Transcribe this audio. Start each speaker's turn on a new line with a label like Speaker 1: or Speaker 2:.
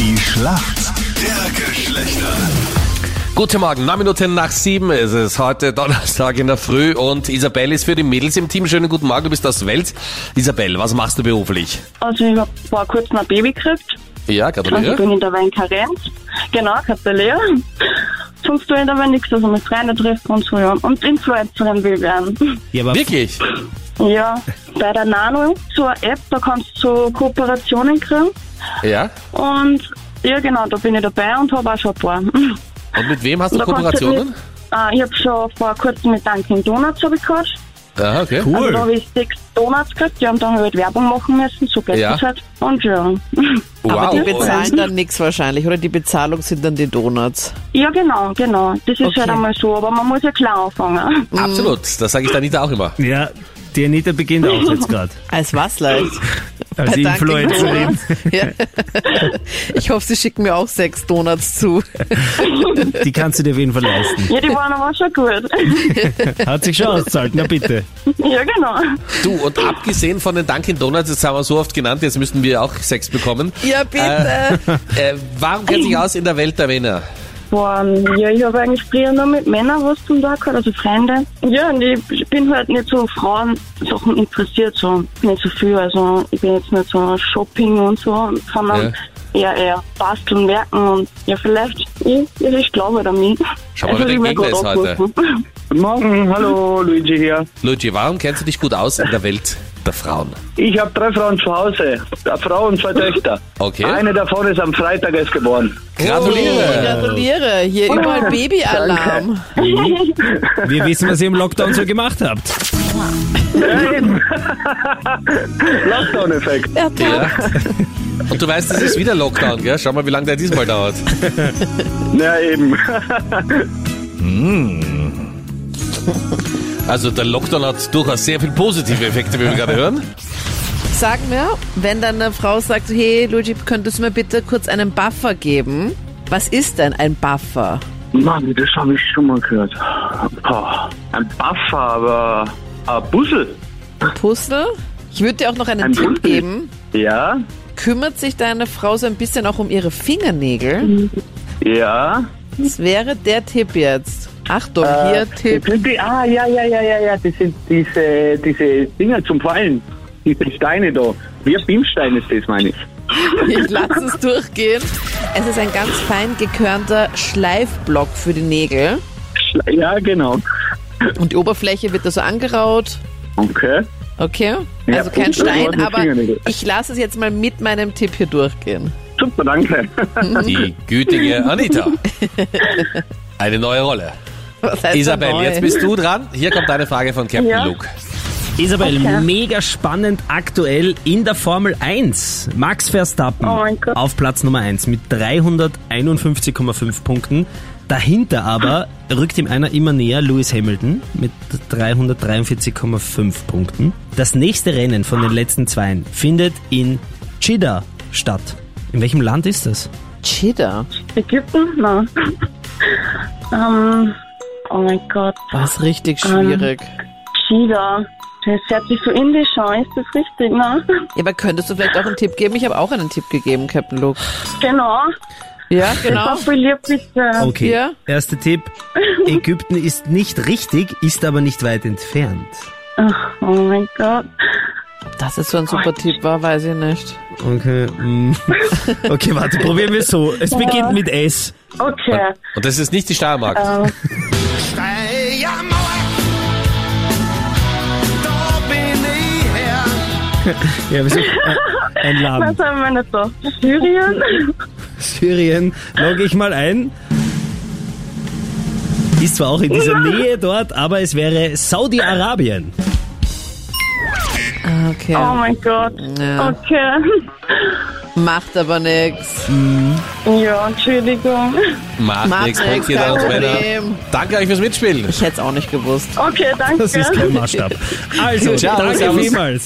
Speaker 1: Schlacht der Geschlechter.
Speaker 2: Guten Morgen, neun Minuten nach sieben ist es heute Donnerstag in der Früh und Isabelle ist für die Mädels im Team. Schönen guten Morgen, du bist aus Wels. Isabelle, was machst du beruflich?
Speaker 3: Also ich habe vor kurzem ein Baby gekriegt.
Speaker 2: Ja,
Speaker 3: Also ich
Speaker 2: gratuliere.
Speaker 3: bin in der Weinkarenz. Genau, Katalea. Sonst tue ich dabei nichts, also mit Freunde treffen und so, ja. Und Influencerin will werden.
Speaker 4: Ja, aber
Speaker 2: Wirklich?
Speaker 3: Ja, bei der Nano, so eine App, da kannst du so Kooperationen kriegen.
Speaker 2: Ja.
Speaker 3: Und ja, genau, da bin ich dabei und habe auch schon ein paar.
Speaker 2: Und mit wem hast du
Speaker 3: Da kannst du
Speaker 2: Kooperationen?
Speaker 3: mit- Ah, ich habe schon vor kurzem mit Dunkin' Donuts hab ich gehabt.
Speaker 2: Ah, okay.
Speaker 3: Also da
Speaker 4: cool.
Speaker 3: habe ich sechs Donuts gekriegt, die haben dann halt Werbung machen müssen, so geht
Speaker 2: Ja.
Speaker 3: das halt. Und ja.
Speaker 2: Wow.
Speaker 5: Aber die
Speaker 2: Und-
Speaker 5: bezahlen dann nichts wahrscheinlich, oder? Die Bezahlung sind dann die Donuts.
Speaker 3: Ja, genau, genau. Das ist
Speaker 5: Okay.
Speaker 3: halt einmal so, aber man muss ja klar anfangen.
Speaker 2: Absolut, das sage ich Danita auch immer.
Speaker 4: Ja, die Anita beginnt auch jetzt Also gerade.
Speaker 5: Als was leicht?
Speaker 4: Als
Speaker 5: Bei Dunkin'
Speaker 4: Influencerin.
Speaker 5: Donuts. Ja. Ich hoffe, sie schicken mir auch sechs Donuts zu.
Speaker 4: Die kannst du dir auf jeden Fall leisten.
Speaker 3: Ja, die waren aber schon gut.
Speaker 4: Hat sich schon ausgezahlt, na bitte.
Speaker 3: ja, genau.
Speaker 2: Du, und abgesehen von den Dunkin' Donuts, das haben wir so oft genannt, jetzt müssten wir auch Sex bekommen.
Speaker 5: Ja, bitte.
Speaker 2: Äh, warum kennt sich aus in der Welt der Männer?
Speaker 3: Boah, Ähm, ja, ich habe eigentlich früher nur mit Männern was zum Tag gehabt, also Freunde. Ja, und ich bin halt nicht so Frauen-Sachen interessiert, so nicht so viel. Also ich bin jetzt nicht so Shopping und so, sondern eher, eher basteln, merken und ja, vielleicht, ich, ja, ich glaube damit.
Speaker 2: Schau mal, wer
Speaker 3: ich
Speaker 2: der
Speaker 3: werd
Speaker 2: Gegner ist
Speaker 3: grad
Speaker 2: heute.
Speaker 3: angerufen.
Speaker 6: Guten Morgen, hallo, Luigi hier.
Speaker 2: Luigi, warum kennst du dich gut aus in der Welt der Frauen?
Speaker 6: Ich habe drei Frauen zu Hause, eine Frau und zwei Töchter.
Speaker 2: Okay.
Speaker 6: Eine davon ist am Freitag erst geboren.
Speaker 5: Oh,
Speaker 2: Gratuliere.
Speaker 5: gratuliere. Hier überall Babyalarm.
Speaker 3: Mhm.
Speaker 4: Wir wissen, was ihr im Lockdown so gemacht habt.
Speaker 6: Nein! Lockdown-Effekt.
Speaker 5: Ja, toll.
Speaker 2: Ja. Und du weißt, es ist wieder Lockdown, gell? Schau mal, wie lange der diesmal dauert.
Speaker 6: Na eben.
Speaker 2: Also der Lockdown hat durchaus sehr viele positive Effekte, wie wir gerade hören.
Speaker 5: Sag mir, wenn dann eine Frau sagt, hey Luigi, könntest du mir bitte kurz einen Buffer geben? Was ist denn ein Buffer?
Speaker 6: Mann, das habe ich schon mal gehört. Boah, ein Buffer, aber ein Bussel.
Speaker 5: Ein Puzzle? Ich würde dir auch noch einen
Speaker 6: Ein
Speaker 5: Tipp
Speaker 6: Puzzle?
Speaker 5: geben.
Speaker 6: Ja,
Speaker 5: Kümmert sich deine Frau so ein bisschen auch um ihre Fingernägel?
Speaker 6: ja.
Speaker 5: Das wäre der Tipp jetzt. Achtung, hier Tipp.
Speaker 6: Sind die, ah, ja, ja, ja, ja, ja, das sind diese, diese Dinger zum Fallen. Diese Steine da. Wie ein Bimstein ist das, meine ich.
Speaker 5: Ich lasse es durchgehen. Es ist ein ganz fein gekörnter Schleifblock für die Nägel.
Speaker 6: Schla- Ja, genau.
Speaker 5: Und die Oberfläche wird da so angeraut.
Speaker 6: Okay.
Speaker 5: Okay?
Speaker 6: Ja,
Speaker 5: Also kein
Speaker 6: gut, das
Speaker 5: Stein,
Speaker 6: waren die
Speaker 5: aber
Speaker 6: Fingernägel.
Speaker 5: ich lasse es jetzt mal mit meinem Tipp hier durchgehen.
Speaker 6: Super, danke.
Speaker 2: Die gütige Anita. Eine neue Rolle.
Speaker 5: Was heißt
Speaker 2: Isabel,
Speaker 5: Also neu?
Speaker 2: jetzt bist du dran. Hier kommt eine Frage von Captain
Speaker 3: Ja.
Speaker 2: Luke.
Speaker 4: Isabel,
Speaker 3: Okay.
Speaker 4: mega spannend aktuell in der Formel 1. Max Verstappen
Speaker 3: Oh mein Gott.
Speaker 4: auf Platz Nummer 1 mit 351,5 Punkten. Dahinter aber rückt ihm einer immer näher, Lewis Hamilton mit 343,5 Punkten. Das nächste Rennen von den letzten zweien findet in Jeddah statt. In welchem Land ist das?
Speaker 5: Cheetah.
Speaker 3: Ägypten? Nein. ähm, oh mein Gott.
Speaker 5: Was richtig schwierig.
Speaker 3: Chida. Das hört sich so indisch an, ist das richtig, ne?
Speaker 5: Ja, aber könntest du vielleicht auch einen Tipp geben? Ich habe auch einen Tipp gegeben, Captain Luke.
Speaker 3: Genau.
Speaker 5: Ja, genau.
Speaker 3: Papi, lieb bitte.
Speaker 4: Okay.
Speaker 5: Ja.
Speaker 4: Erster Tipp. Ägypten ist nicht richtig, ist aber nicht weit entfernt.
Speaker 3: Oh mein Gott.
Speaker 5: Dass es so ein super Tipp war, weiß ich nicht.
Speaker 4: Okay. mm. Okay, warte, probieren wir es so. Es beginnt mit S.
Speaker 3: Okay.
Speaker 2: Und das ist nicht die Steiermark.
Speaker 3: Äh,
Speaker 4: Ja, wir sind äh, ein
Speaker 3: was
Speaker 4: Laden.
Speaker 3: haben wir nicht da? Syrien?
Speaker 4: Syrien. Logge ich mal ein. Ist zwar auch in dieser Nähe dort, aber es wäre Saudi-Arabien.
Speaker 5: Ah, Okay.
Speaker 3: Oh mein Gott.
Speaker 5: Ja.
Speaker 3: Okay.
Speaker 5: Macht aber nichts.
Speaker 3: Ja, Entschuldigung.
Speaker 2: Macht
Speaker 5: Macht
Speaker 2: nichts, Punkt
Speaker 5: nichts,
Speaker 2: hier an uns
Speaker 5: kein
Speaker 2: Männer.
Speaker 5: Problem.
Speaker 2: Danke euch fürs Mitspielen.
Speaker 5: Ich hätte es auch nicht gewusst.
Speaker 3: Okay, danke.
Speaker 4: Das ist kein Maßstab. Also,
Speaker 2: Ciao,
Speaker 4: danke
Speaker 2: servus.
Speaker 4: vielmals.